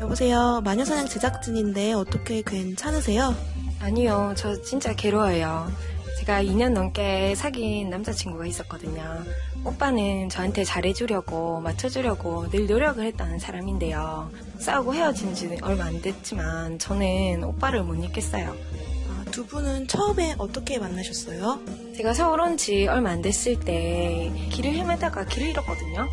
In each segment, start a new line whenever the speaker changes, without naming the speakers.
여보세요. 마녀사냥 제작진인데 어떻게 괜찮으세요?
아니요, 저 진짜 괴로워요. 제가 2년 넘게 사귄 남자친구가 있었거든요. 오빠는 저한테 잘해주려고, 맞춰주려고 늘 노력을 했다는 사람인데요. 싸우고 헤어진 지는 얼마 안 됐지만, 저는 오빠를 못 잊겠어요.
아, 두 분은 처음에 어떻게 만나셨어요?
제가 서울 온 지 얼마 안 됐을 때 길을 헤매다가 길을 잃었거든요.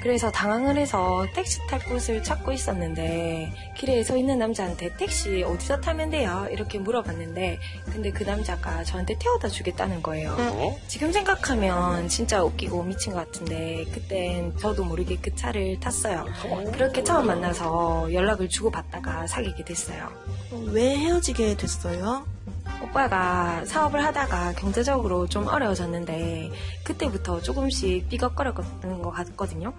그래서 당황을 해서 택시 탈 곳을 찾고 있었는데 길에 서 있는 남자한테 택시 어디서 타면 돼요? 이렇게 물어봤는데 근데 그 남자가 저한테 태워다 주겠다는 거예요.
어?
지금 생각하면 진짜 웃기고 미친 것 같은데 그땐 저도 모르게 그 차를 탔어요. 그렇게 처음 만나서 연락을 주고받다가 사귀게 됐어요.
어, 왜 헤어지게 됐어요?
오빠가 사업을 하다가 경제적으로 좀 어려워졌는데 그때부터 조금씩 삐걱거렸던 것 같거든요.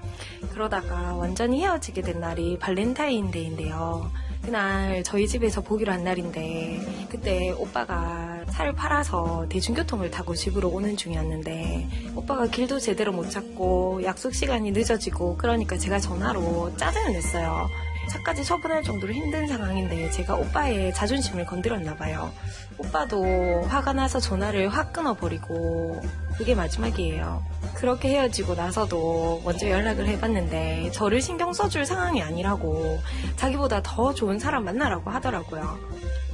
그러다가 완전히 헤어지게 된 날이 발렌타인데이인데요. 그날 저희 집에서 보기로 한 날인데 그때 오빠가 차를 팔아서 대중교통을 타고 집으로 오는 중이었는데 오빠가 길도 제대로 못 찾고 약속 시간이 늦어지고 그러니까 제가 전화로 짜증을 냈어요. 차까지 처분할 정도로 힘든 상황인데 제가 오빠의 자존심을 건드렸나 봐요. 오빠도 화가 나서 전화를 확 끊어버리고 그게 마지막이에요. 그렇게 헤어지고 나서도 먼저 연락을 해봤는데 저를 신경 써줄 상황이 아니라고 자기보다 더 좋은 사람 만나라고 하더라고요.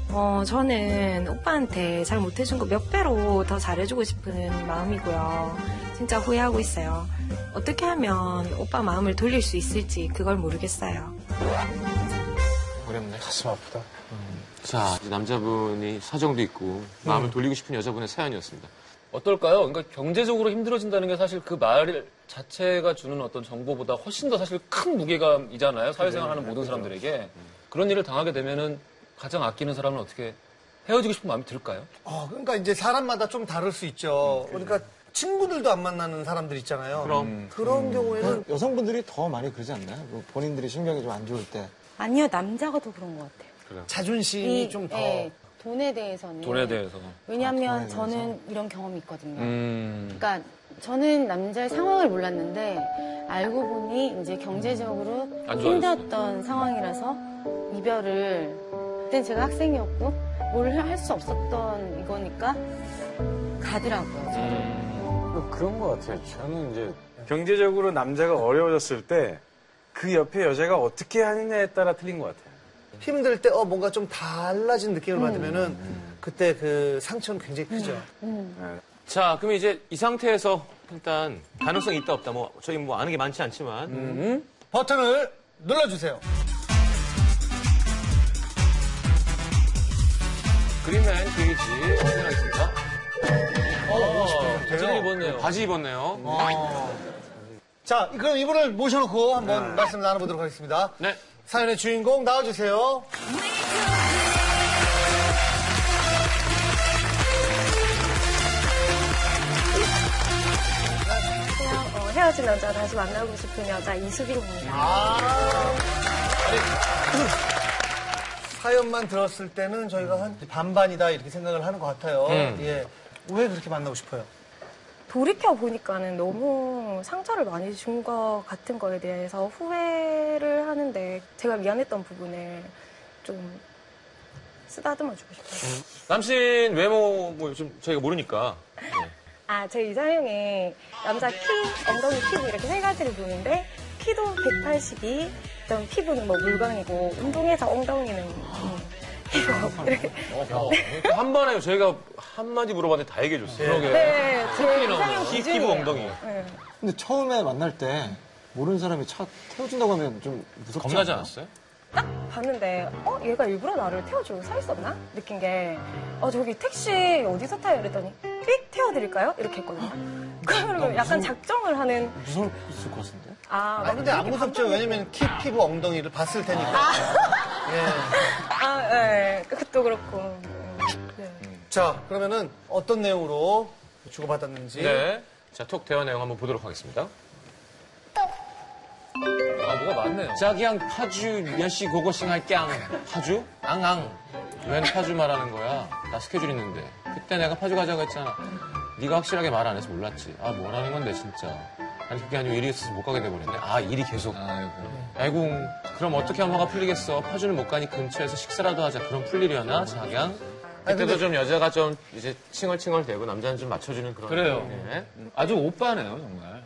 어, 저는 오빠한테 잘 못해준 거 몇 배로 더 잘해주고 싶은 마음이고요. 진짜 후회하고 있어요. 어떻게 하면 오빠 마음을 돌릴 수 있을지 그걸 모르겠어요.
어렵네.
가슴 아프다.
자, 이제 남자분이 사정도 있고 마음을
네.
돌리고 싶은 여자분의 사연이었습니다. 어떨까요? 그러니까 경제적으로 힘들어진다는 게 사실 그 말 자체가 주는 어떤 정보보다 훨씬 더 사실 큰 무게감이잖아요. 사회생활하는 모든 사람들에게 그런 일을 당하게 되면은 가장 아끼는 사람은 어떻게 헤어지고 싶은 마음이 들까요?
아, 그러니까 이제 사람마다 좀 다를 수 있죠. 그러니까 친구들도 안 만나는 사람들
음,
있잖아요. 음.
그럼. 음.
그런
네.
경우에는
여성분들이 더 많이 그러지 않나요? 뭐 본인들이 신경이 좀 안 좋을 때.
아니요, 남자가 더 그런 것 같아요.
자존심이 좀 더.
예, 돈에 대해서는.
돈에 대해서.
왜냐하면
아, 돈에 대해서.
저는 이런 경험이 있거든요.
음.
그러니까 저는 남자의 상황을 몰랐는데 알고 보니 이제 경제적으로
안 좋아졌어요.
힘들었던 상황이라서 이별을 그때 제가 학생이었고 뭘 할 수 없었던 이거니까 가더라고요.
음.
저는.
뭐 그런 것 같아요. 저는 이제 경제적으로 남자가 어려워졌을 때 그 옆에 여자가 어떻게 하느냐에 따라 틀린 것 같아요.
힘들 때, 어, 뭔가 좀 달라진 느낌을
음,
받으면은 그때 그 상처는 굉장히 크죠.
자, 그럼 이제 이 상태에서 일단 가능성이 있다 없다 뭐 저희 뭐 아는 게 많지 않지만
음.
버튼을 눌러주세요.
그린라인 그리지 진행하겠습니다. 어, 제대로 입었네요.
바지 입었네요. 어.
자, 그럼 이분을 모셔놓고 한번 말씀 나눠보도록 하겠습니다.
네.
사연의 주인공 나와주세요.
어, 헤어진 남자 다시 만나고 싶은 여자 이수빈입니다.
아. 사연만 들었을 때는 저희가 한 반반이다 이렇게 생각을 하는 것 같아요.
음.
예. 왜 그렇게 만나고 싶어요?
돌이켜 보니까는 너무 상처를 많이 준 것 같은 거에 대해서 후회를 하는데 제가 미안했던 부분을 좀 쓰다듬어 주고 싶어요.
남친 외모 뭐 요즘 저희가 모르니까
아, 제 이상형이 남자 키, 엉덩이, 피부 이렇게 세 가지를 보는데 키도 182, 좀 피부는 뭐 물광이고 운동해서 엉덩이는
아,
음, 이거 이렇게
그러니까 한 번에 저희가 한 마디 물어봤는데 다 얘기해 줬어요.
네, 제 이상형
키, 피부,
기준이에요.
엉덩이.
네.
근데 처음에 만날 때 모르는 사람이 차 태워준다고 하면 좀 무섭지
겁나지
않아요?
않았어요?
봤는데 어 얘가 일부러 나를 태워주고 서 있었나 느낀 게 어 저기 택시 어디서 타요 이랬더니 삑 태워드릴까요 이렇게 했거든요 그러면 약간 작정을 하는
무서울 것 같은데?
아,
아, 근데 안 무섭죠. 왜냐면 키, 피부, 엉덩이를 봤을 테니까. 아. 예.
아예 그것도 그렇고 음, 네.
자, 그러면은 어떤 내용으로 주고받았는지.
네. 자, 톡 대화 내용 한번 보도록 하겠습니다.
아, 뭐가 많네요.
자기양 파주 몇시 고고싱 할게 앙. 파주? 앙앙. 웬 파주 말하는 거야? 나 스케줄 있는데. 그때 내가 파주 가자고 했잖아. 네가 확실하게 말 안 해서 몰랐지. 아, 뭐라는 건데 진짜. 아니 그게 아니고 일이 있어서 못 가게 돼버렸네. 아 일이 계속.
예,
아이고. 그럼 어떻게 엄마가 풀리겠어? 파주는 못 가니 근처에서 식사라도 하자. 그럼 풀리려나? 자양. 그때도 좀 여자가 좀 이제 칭얼칭얼 대고 남자는 좀 맞춰주는 그런.
그래요.
네.
아주 오빠네요, 정말.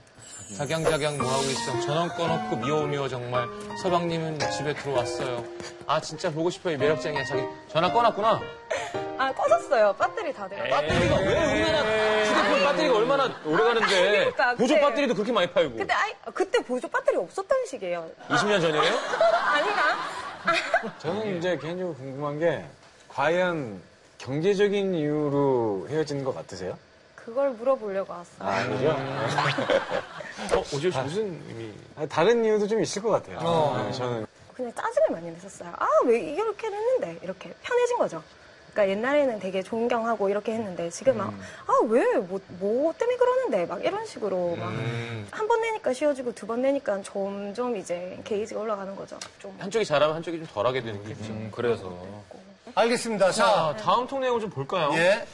자경 자경 뭐하고 있어? 전원 꺼놓고 미워 미워 정말. 서방님은 집에 들어왔어요. 아 진짜 보고 싶어요 이 매력쟁이야 자기. 전화 꺼놨구나.
아, 꺼졌어요. 배터리 다 돼가.
배터리가 왜 얼마나 휴대폰 배터리가 얼마나 오래 가는데
그러니까,
보조
그래.
배터리도 그렇게 많이 팔고.
근데 아이, 그때 보조 배터리 없었던 시기예요.
20년 전이에요?
아니라
저는 이제 개인적으로 궁금한 게 과연 경제적인 이유로 헤어진 것 같으세요?
그걸 물어보려고 왔어요.
아니죠.
어, 오지호 씨 무슨 의미? 어.
아. 아니, 다른 이유도 좀 있을 것 같아요. 네, 저는
그냥 짜증을 많이 냈었어요. 아, 왜 이렇게 했는데? 이렇게 편해진 거죠. 그러니까 옛날에는 되게 존경하고 이렇게 했는데 지금 막, 아, 왜, 뭐, 뭐 때문에 그러는데? 막 이런 식으로 막. 한 번 내니까 쉬어지고 두 번 내니까 점점 이제 게이지가 올라가는 거죠. 좀.
한쪽이 잘하면 한쪽이 좀 덜하게 되는 게 있죠.
그래서.
알겠습니다. 자,
자, 다음 통 내용을 좀 볼까요?
예.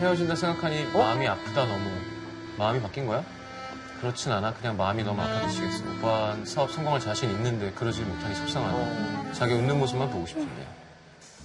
헤어진다 생각하니 마음이 아프다 너무. 마음이 바뀐 거야? 그렇진 않아. 그냥 마음이 너무 아파지시겠어. 오빠 사업 성공할 자신 있는데 그러질 못하니 속상하네. 자기 웃는 모습만 보고 싶은데.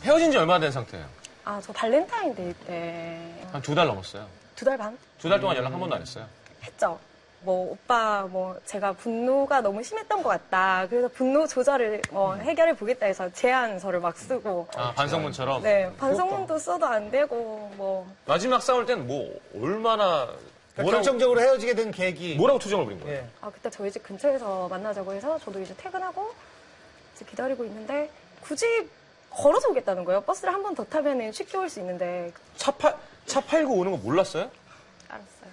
헤어진 지 얼마 된 상태예요?
아, 저 발렌타인데이 때
한 두 달 넘었어요.
두 달 반?
두 달 동안 연락 한 번도 안 했어요.
했죠. 뭐 오빠 뭐 제가 분노가 너무 심했던 것 같다. 그래서 분노 조절을 뭐 해결해 보겠다 해서 제안서를 막 쓰고
음. 아, 반성문처럼.
네 반성문도 써도 안 되고 뭐
마지막 싸울 땐 뭐, 얼마나,
그러니까
뭐라고,
결정적으로 헤어지게 된 계기.
뭐라고 투정을 부린 거예요?
예.
아, 그때 저희 집 근처에서 만나자고 해서 저도 이제 퇴근하고 이제 기다리고 있는데 굳이 걸어서 오겠다는 거예요. 버스를 한 번 더 타면은 쉽게 올 수 있는데
차 팔, 차 팔고 오는 거 몰랐어요?
알았어요.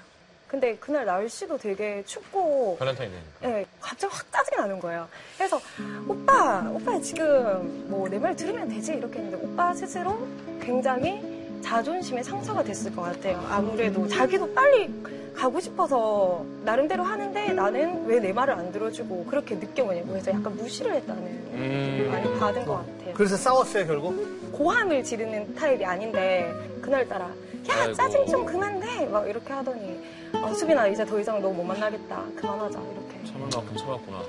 근데 그날 날씨도 되게 춥고
발렌타인데이니까.
네, 갑자기 확 짜증이 나는 거예요. 그래서 오빠, 오빠 지금 뭐 내 말 들으면 되지 이렇게 했는데 오빠 스스로 굉장히 자존심의 상처가 됐을 것 같아요. 아무래도 자기도 빨리 가고 싶어서 나름대로 하는데 나는 왜 내 말을 안 들어주고 그렇게 늦게 오냐고 해서 약간 무시를 했다는 많이
음.
받은 것 같아요.
그래서 싸웠어요, 결국?
고함을 지르는 타입이 아닌데 그날따라 야
아이고.
짜증 좀 그만 내막 이렇게 하더니 어, 수빈아 이제 더 이상 너 못 만나겠다 그만하자 이렇게
참을 만큼 참았구나.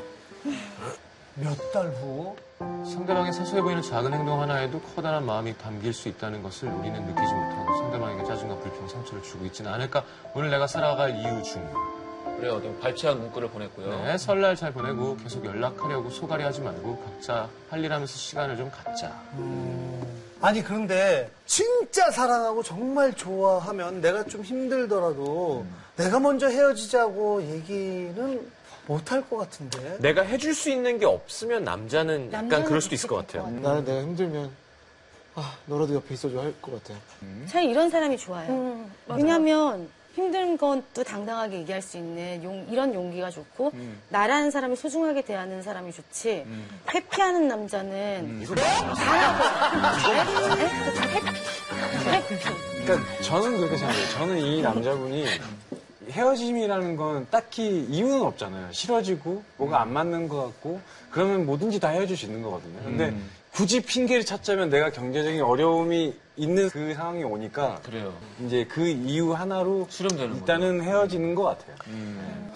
몇 달 후.
상대방의 사소해 보이는 작은 행동 하나에도 커다란 마음이 담길 수 있다는 것을 우리는 느끼지 못하고 상대방에게 짜증과 불평, 상처를 주고 있지는 않을까. 오늘 내가 살아갈 이유 중.
그래요. 좀 발췌한 문구를 보냈고요.
네, 설날 잘 보내고 계속 연락하려고 소가리 하지 말고 각자 할 일 하면서 시간을 좀 갖자.
아니, 그런데 진짜 사랑하고 정말 좋아하면 내가 좀 힘들더라도 내가 먼저 헤어지자고 얘기는 못할 것 같은데.
내가 해줄 수 있는 게 없으면 남자는 약간
남자는
그럴 수도 있을 것 같아요.
음. 나는 내가 힘들면 아 너라도 옆에 있어줘 할 것 같아요.
저는 이런 사람이 좋아요.
음, 맞아요.
왜냐면 힘든 것도 당당하게 얘기할 수 있는 용- 이런 용기가 좋고
음.
나라는 사람을 소중하게 대하는 사람이 좋지 회피하는
음.
남자는 당하고 회피 회피
그러니까 저는 그렇게 생각해요. 저는 이 남자분이 헤어짐이라는 건 딱히 이유는 없잖아요. 싫어지고 뭐가 안 맞는 것 같고 그러면 뭐든지 다 헤어질 수 있는 거거든요. 근데
음.
굳이 핑계를 찾자면 내가 경제적인 어려움이 있는 그 상황이 오니까
그래요.
이제 그 이유 하나로
수렴되는
일단은 헤어지는 것 같아요.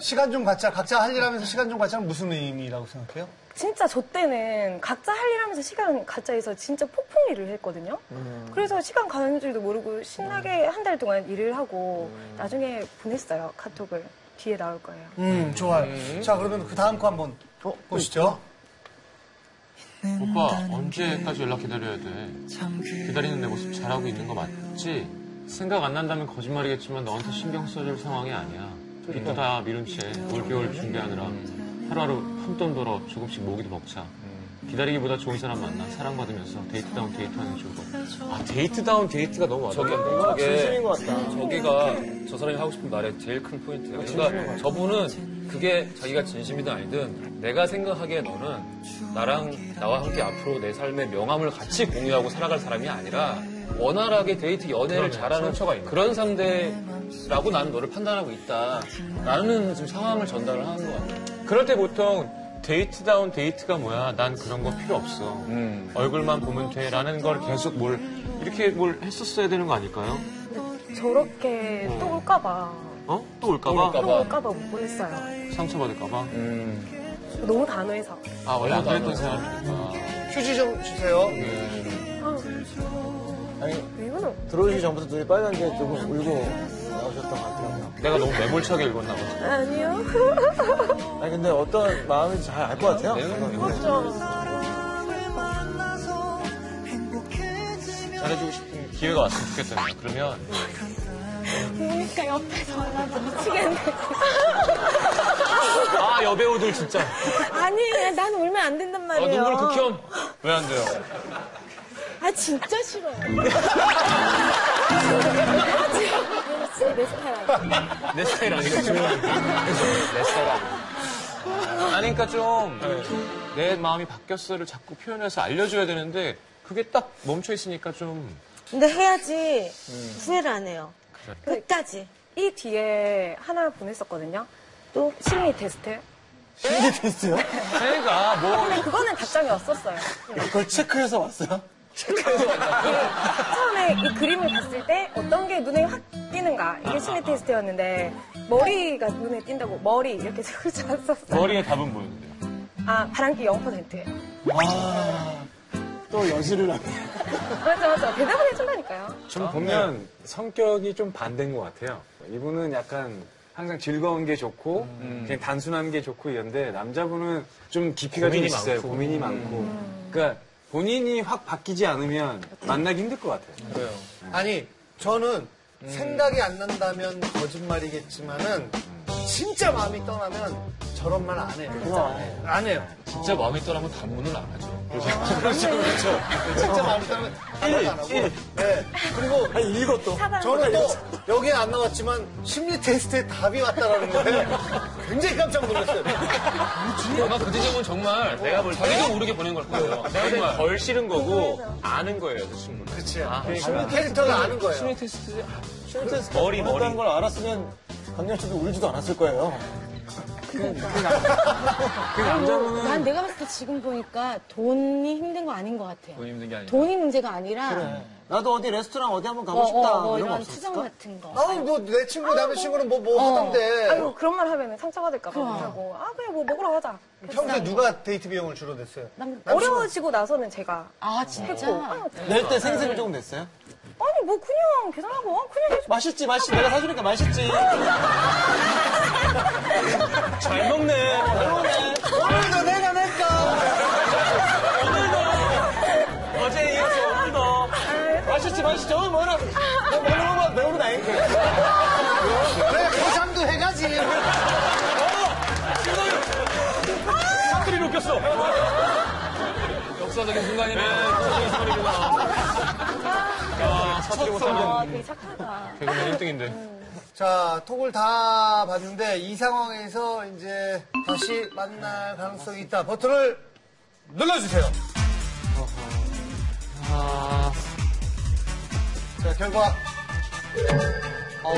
시간 좀 갖자. 각자 할 일 하면서 시간 좀 갖자는 무슨 의미라고 생각해요?
진짜 저 때는 각자 할 일 하면서 시간 각자 해서 진짜 폭풍 일을 했거든요.
음.
그래서 시간 가는 줄도 모르고 신나게 한 달 동안 일을 하고
음.
나중에 보냈어요. 카톡을. 뒤에 나올 거예요.
음, 좋아요. 자, 그러면 그 다음 거 한번
어?
보시죠.
오빠 언제까지 연락 기다려야 돼? 기다리는 내 모습 잘하고 있는 거 맞지? 생각 안 난다면 거짓말이겠지만 너한테 신경 써줄 상황이 아니야. 빚도 다 미룬 채 올겨울 준비하느라 하루하루 푼돈 벌어 조금씩 모기도 먹자. 기다리기보다 좋은 사람 만나 사랑받으면서 데이트다운 데이트하는 게 좋을 것 같아. 아 데이트다운 데이트가 너무
저게,
와닿아.
저게, 저게가 저 사람이 하고 싶은 말의 제일 큰 포인트예요. 그러니까 저분은 그게 자기가 진심이든 아니든 내가 생각하기에 너는 나랑 나와 함께 앞으로 내 삶의 명함을 같이 공유하고 살아갈 사람이 아니라 원활하게 데이트 연애를 잘하는
그렇죠.
그런 상대라고 나는 너를 판단하고 있다. 라는 지금 상황을 전달을 하는 것 같아요.
그럴 때 보통 데이트다운 데이트가 뭐야? 난 그런 거 필요 없어. 얼굴만 보면 돼라는 걸 계속 뭘 이렇게 뭘 했었어야 되는 거 아닐까요?
저렇게 또 올까봐
어? 또 올까봐?
까봐. 음.
까봐 못 보냈어요.
상처받을까봐?
너무 단호해서.
아, 원래 안 그랬던 사람이니까.
휴지 좀 주세요.
이거는
들어오시기 전부터 눈이 빨간 게 조금 울고 나오셨던 것 같더라고요.
내가 너무 매몰차게 읽었나 보다.
아니요.
아니 근데 어떤 마음인지 잘 알 것 같아요.
잘해주고 싶은 기회가 왔으면 좋겠어요. 그러면
그러니까 옆에서 나도 미치겠네.
아 여배우들 진짜
아니, 난 울면 안 된단
아,
말이에요.
눈물 극혐.
왜 안 돼요?
아 진짜 싫어요. 아, 진짜. 진짜 내 스타일 아니야.
내 스타일 아니겠죠? 내 스타일 아니야. 아니, 그러니까 좀
네.
내 마음이 바뀌었어를 자꾸 표현해서 알려줘야 되는데 그게 딱 멈춰 있으니까 좀
근데 해야지 후회를 안 해요. 끝까지.
이 뒤에 하나 보냈었거든요.
또?
심리 테스트.
제가 뭐
근데 그거는 답장이 없었어요.
그걸 체크해서 왔어요?
처음에 이 그림을 봤을 때 어떤 게 눈에 확 띄는가 이게 심리 테스트였는데 머리가 눈에 띈다고 머리 이렇게 적지 않았었어요.
머리에 답은 뭐였는데요?
아 바람기 0%.
또 연습을 하고.
맞아 맞아 대답을 해준다니까요.
좀 보면 성격이 좀 반대인 것 같아요. 이분은 약간 항상 즐거운 게 좋고
음.
그냥 단순한 게 좋고 이런데 남자분은 좀 깊이가 좀
고민이
있어요.
많고. 음.
고민이 많고. 그러니까 본인이 확 바뀌지 않으면 만나기 힘들 것 같아요.
아니, 저는 생각이 안 난다면 거짓말이겠지만은 진짜 마음이 떠나면 저런 말 안 해요. 안 해요.
진짜 마음이 떠나면 단문을 안 하죠.
아,
그렇죠, 그렇죠. 진짜 마음이 떠나면 아무도 안 하고. 네. 그리고
아니 이거 또.
네.
저는 또 여기에 안 나왔지만 심리 테스트에 답이 왔다라는 거에 굉장히 깜짝 놀랐어요. 그러니까.
아마 그 지점은 정말 내가 볼 자기도 모르게 보낸 걸 거예요. 정말.
덜 싫은 거고 아는 거예요, 그 친구는.
그렇지. 심리 테스트를 아는 거예요.
테스트
실제에서
머리, 머리.
다는걸 알았으면 강렬 씨도 울지도 않았을 거예요.
그 남자분은
난 내가 봤을 때 지금 보니까 돈이 힘든 거 아닌 것 같아요.
돈 힘든 게 아니라.
돈이 문제가 아니라
나도 어디 레스토랑 어디 한번
어,
가고 싶다.
어, 어,
이런 거
이런
없었을까?
투정 같은 거.
아우, 뭐, 내 친구, 남자친구는 뭐, 뭐 하던데.
어. 아이고 그런 말 하면 상처받을까봐 못하고 아 그냥 뭐 먹으러 가자.
평소에 누가 데이트 비용을 주로 냈어요?
난-
어려워지고 나서는 제가
아
했고
진짜.
아,
낼 때 생색을 조금 냈어요?
아니 뭐 그냥 계산하고 어, 그냥 해줘.
맛있지 맛있지 내가 사주니까 맛있지.
잘 먹네.
오늘도 내가 낼까?
어제 이어서 오늘도.
맛있지 맛있지 저거 뭐라. 나 먹는 거만 배우는 아이.
그래, 보상도 해가지.
사투리 웃겼어.
역사적인 순간이네.
아 되게 착하다.
개그맨 1등인데.
자, 톡을 다 봤는데, 이 상황에서 이제 다시 만날 가능성이 있다. 버튼을 눌러주세요. 아. 자, 결과. 어,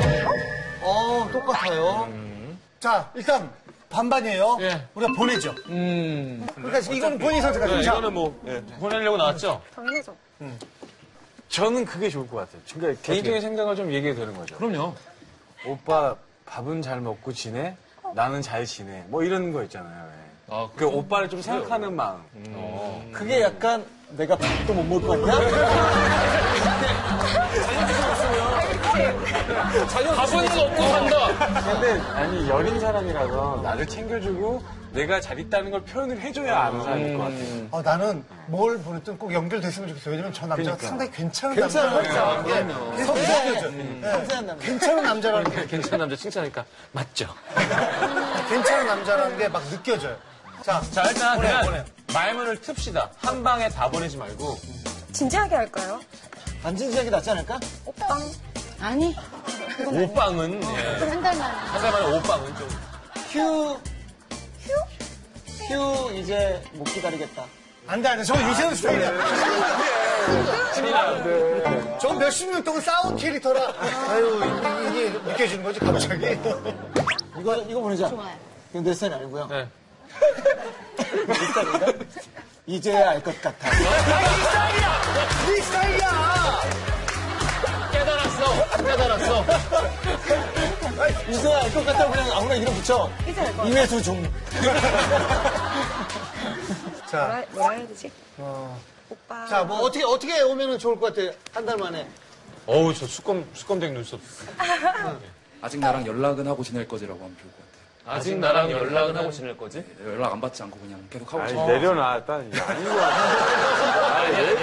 어, 똑같아요. 음. 자, 일단 반반이에요.
예.
우리가 보내죠. 그러니까 이건 본인이 선택하죠. 자,
이거는 뭐 보내려고 나왔죠?
당연하죠.
저는 그게 좋을 것 같아요. 그러니까 개인적인 생각을 좀 얘기해 되는 거죠.
그럼요.
오빠 밥은 잘 먹고 지내? 나는 잘 지내. 뭐 이런 거 있잖아요. 예.
아,
그 오빠를 좀 생각하는 마음.
그게 약간 내가 밥도 못 먹을 것 같냐?
밥은 없고
어.
산다.
근데 아니 여린 사람이라서 나를 챙겨주고 내가 잘 있다는 걸 표현을 해줘야 아는 사람일 것 같아요.
어, 나는 뭘 보냈든 꼭 연결됐으면 좋겠어. 왜냐면 저 남자가
그러니까.
상당히 괜찮은 남자라는 게 계속 느껴져.
섬세한 남자.
괜찮은 남자라는 게,
괜찮은 남자 칭찬하니까 맞죠?
괜찮은 남자라는 게 막 느껴져요. 자,
자 일단
보내,
그냥
보내.
말문을 틉시다. 한 방에 다 보내지 말고
진지하게 할까요?
안 진지하게 낫지 않을까?
오빵.
아니
오빵은 예.
한 달만.
한 달만에 오빵은 좀
휴. 휴? 휴 이제 못 기다리겠다.
안 돼, 안 돼. 저거 유세훈 스타일이야.
큰일 나는데.
저 몇십 년 동안 싸운 캐릭터라. 아유, 이- 이게 느껴지는 거지,
네
갑자기.
아,
이거 이거 보내자. 이건 내 스타일 아니고요.
네.
내 스타일인가? 이제야 알 것 같아.
네 스타일이야!
깨달았어. 깨달았어.
이제야 알 것 같다고 그냥 아무나 이름 붙여.
이제 알것 같아.
임혜수 종.
자,
뭐라, 아, 뭐라 해야 되지?
어.
오빠.
자, 뭐 어떻게 어떻게 오면은 좋을 것 같아. 한 달 만에.
어우 저 수검 수검댕 눈썹.
아직 나랑 연락은 하고 지낼 거지라고 하면 좋을 것 같아요. 네,
아직 나랑 연락은 하고 지낼 거지?
연락 안 받지 않고 그냥 계속 하고
아니,
지내.
내려놔. 딴, 이거 아닌 것 같아. 아닌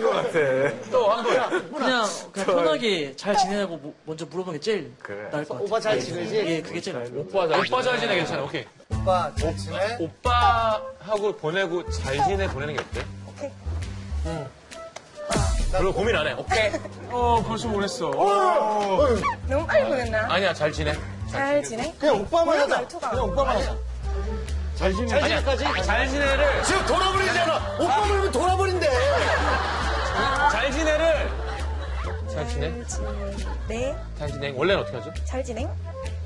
것 같아.
그냥,
네.
그냥 편하게 잘 지내냐고 뭐- 먼저 물어보는 게 제일
그래.
나을 것 같아요.
오빠 잘 지내지?
예, 그게 제일 나을 것 같아요.
오빠 잘 오빠 잘 지내 괜찮아 오케이.
오빠 잘 지내?
오빠하고 보내고 잘 지내 보내는 게 어때?
별로 고민 안 해. 오케이.
어, 벌써 보냈어.
너무 빨리 보냈나?
아니야 잘 지내.
잘 지내?
그냥 오빠만 하자.
말투가.
그냥 오빠만 하자.
잘 지내.
잘 지내까지?
잘 지내를
지금 돌아버리잖아. 오빠 부르면 돌아버린대.
잘 지내를
잘 지내.
네.
잘 지내. 원래는 어떻게 하죠?
잘 지내?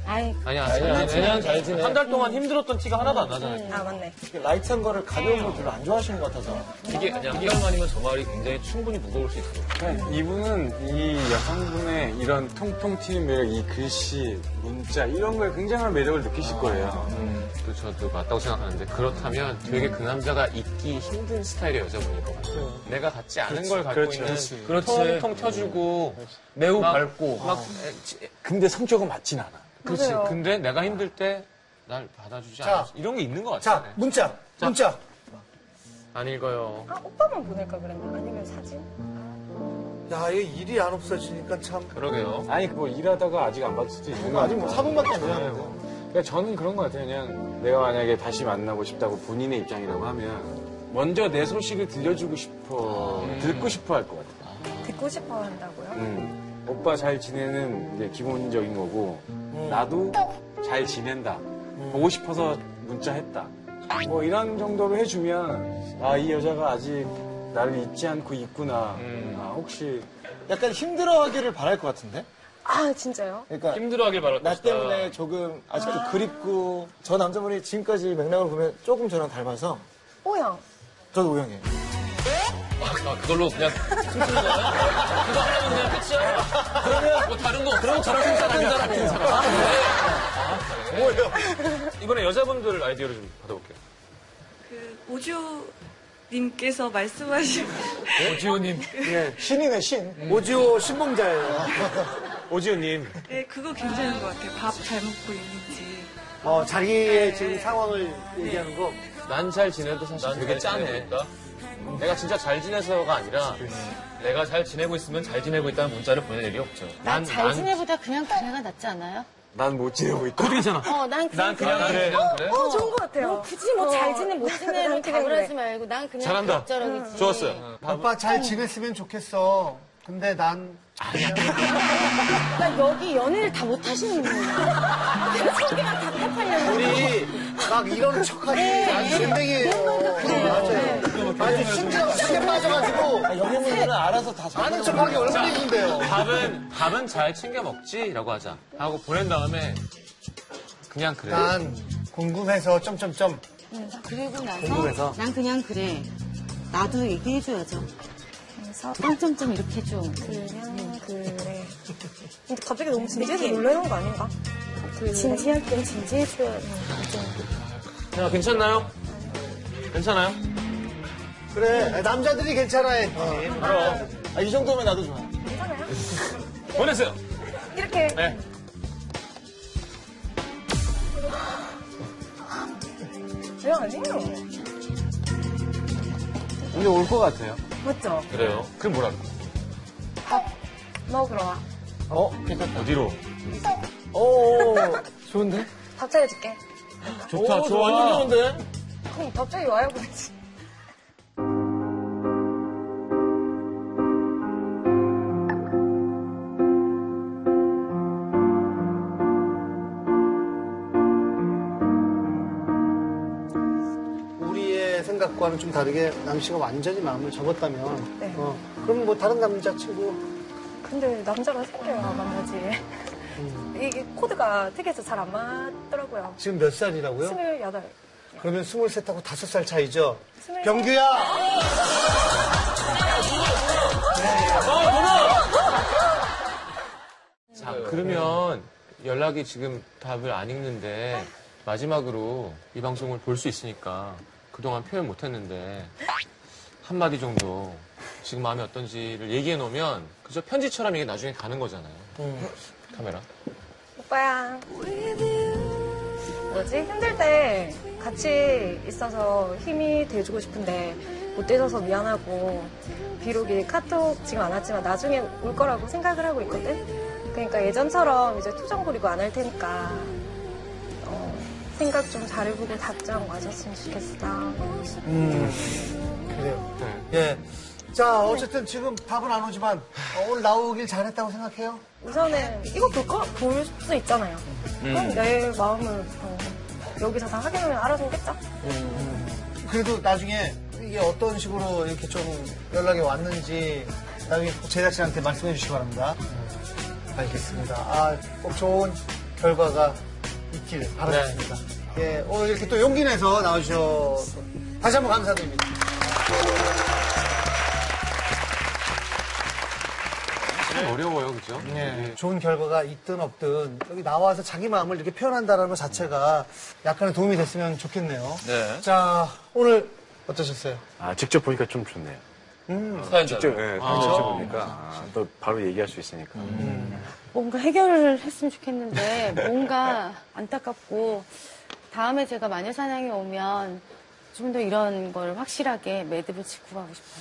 아이,
아니야 아니야. 그냥 잘 지내.
한 달 동안 힘들었던 티가 하나도 안 나잖아요.
음.
아, 맞네.
라이트한 거를 가벼운 걸 별로 안 좋아하시는 것 같아서.
이게 이달만이면 저 말이 굉장히 충분히 무거울 수 있어.
그러니까 이분은 이 여성분의 이런 통통 튀는 매력, 이 글씨, 문자 이런 거에 굉장한 매력을 느끼실 거예요.
그 저도 맞다고 생각하는데 그렇다면 되게 그 남자가 있기 힘든 스타일의 여자분일 것 같아요. 내가 갖지 않은 걸 갖고
그렇죠.
있는
그렇지.
통통 펴주고
음. 매우
막-
밝고.
막 에, 지-
근데 성격은 맞진 않아.
그렇지. 근데 내가 힘들 때 날 받아주지
자.
않아. 이런 게 있는 것 같아요.
자, 문자. 문자.
안 읽어요.
아, 오빠만 보낼 걸 그랬나? 아니면 사진?
야, 얘 일이 안 없어지니까 참.
그러게요.
아니 그뭐 일하다가 아직 안 봤을 수도 있는 거
아직 뭐 4분밖에 안
네,
되잖아요.
뭐. 그러니까 저는 그런 것 같아요. 그냥 내가 만약에 다시 만나고 싶다고 본인의 입장이라고 하면 먼저 내 소식을 들려주고 싶어,
음.
듣고 싶어 할 것 같아요.
듣고 싶어 한다고요?
음. 오빠 잘 지내는 이제 기본적인 거고
음.
나도 잘 지낸다. 보고 싶어서 문자했다. 뭐 이런 정도로 해주면 아 이 여자가 아직 나를 잊지 않고 있구나.
음.
아, 혹시
약간 힘들어하기를 바랄 것 같은데?
아, 진짜요?
그러니까
힘들어하길 바랄
나
것이다.
때문에 조금 아직도 그립고 저 남자분이 지금까지 맥락을 보면 조금 저랑 닮아서
오영.
저도 오형이에요.
아, 그걸로 그냥 춤추는 거야? 그거 하려면 그냥 끝이야. 그러면 뭐 다른 거 그럼 저랑 춤잘 안잖아 같은 사람. 아,
이번에 여자분들 아이디어를 좀 받아볼게요.
그 오주님께서 말씀하신
오지호님
신이네, 신.
오지호 신봉자예요.
오지훈님.
네, 그거 괜찮은 것 같아요. 밥 잘 먹고 있는지.
어,
네.
자기의 지금 상황을 얘기하는 거.
난 잘 지내도 사실 되게 짠해.
내가 진짜 잘 지내서가 아니라
음.
내가 잘 지내고 있으면 잘 지내고 있다는 문자를 보낼 일이 없죠.
난,
잘 지내보다 그냥 그래가 낫지 않아요?
난 못 지내고 있다.
어, 난 그냥.
난 아, 그냥 그래. 그래.
어, 좋은 것 같아요. 굳이
뭐 잘
는
지내 못 지내로
그래.
다물하지 말고 난 그냥
잘한다.
적절하게지.
좋았어요.
아빠 잘 지냈으면 좋겠어. 근데 난
그러니까
나 여기 연애를 다 못 하시는 거예요. 속이랑 답답하려고.
네.
우리 막 이런 척하지. 아주 쟁쟁이에요. 네. 맞아요.
네.
아주 심지어 쉽게 빠져가지고
연예인분들은 알아서 다 잘.
아는 척하기 얼마나 힘든데요.
밥은 밥은 잘 챙겨 먹지라고 하자. 하고 보낸 다음에 그냥 그래.
난 궁금해서 점점점.
그리고 나서 난 그냥 그래. 나도 얘기해줘야죠. 점점점 이렇게 해줘.
그냥 그래. 근데 갑자기
네.
너무 진지해서 놀라는 거 아닌가?
그
진지할 땐 진지해줘야 돼.
야, 괜찮나요? 괜찮아요?
그래, 남자들이 괜찮아해. 어.
아, 이 정도면 나도 좋아.
보내세요.
이렇게.
네.
왜 아니에요?
이제 올 것 같아요.
맞죠?
그래요. 그럼 뭐라고?
먹으러 와.
어, 괜찮다.
어디로?
오, 좋은데?
밥 차려줄게.
좋다, 좋아. 완전 좋은데?
그럼 갑자기 와요, 그러지.
우리의 생각과는 좀 다르게 남씨가 완전히 마음을 접었다면,
네.
어, 그럼 뭐 다른 남자친구
근데 남자가 생겨야 만나지. 이게 코드가 특이해서 잘 안 맞더라고요.
지금 몇 살이라고요?
스물여덟.
그러면 스물셋하고 다섯 살 차이죠.
스물셋.
병규야,
자,
그러면 연락이 지금 답을 안 읽는데 마지막으로 이 방송을 볼 수 있으니까 그동안 표현 못했는데 한마디 정도 지금 마음이 어떤지를 얘기해 놓으면 그저 편지처럼 이게 나중에 가는 거잖아요. 카메라.
오빠야. 뭐지? 힘들 때 같이 있어서 힘이 돼주고 싶은데 못 돼줘서 미안하고 비록 이 카톡 지금 안 왔지만 나중에 올 거라고 생각을 하고 있거든? 그러니까 예전처럼 이제 투정 부리고 안 할 테니까 어, 생각 좀 잘해보고 답장 와줬으면 좋겠어.
음, 그래요. 예. 자, 어쨌든 지금 답은 안 오지만 어, 오늘 나오길 잘했다고 생각해요.
우선은 이거 볼 거? 볼 수 있잖아요. 그럼 내 마음을 어, 여기서 다 확인하면 알아서 오겠죠?
그래도 나중에 이게 어떤 식으로 이렇게 좀 연락이 왔는지 나중에 꼭 제작진한테 말씀해 주시기 바랍니다. 음. 알겠습니다. 아, 꼭 좋은 결과가 있길 바라겠습니다. 예, 오늘 이렇게 또 용기 내서 나와주셔서 다시 한번 감사드립니다.
참 어려워요, 그죠?
네. 좋은 결과가 있든 없든 여기 나와서 자기 마음을 이렇게 표현한다는 것 자체가 약간의 도움이 됐으면 좋겠네요.
네.
자, 오늘 어떠셨어요?
아, 직접 보니까 좀 좋네요.
음.
네,
직접, 예, 직접
아, 그렇죠. 음.
보니까 아, 또 바로 얘기할 수 있으니까.
뭔가 해결을 했으면 좋겠는데 뭔가 안타깝고 다음에 제가 마녀사냥이 오면 좀 더 이런 걸 확실하게 매듭을 짓고 가고 싶어요.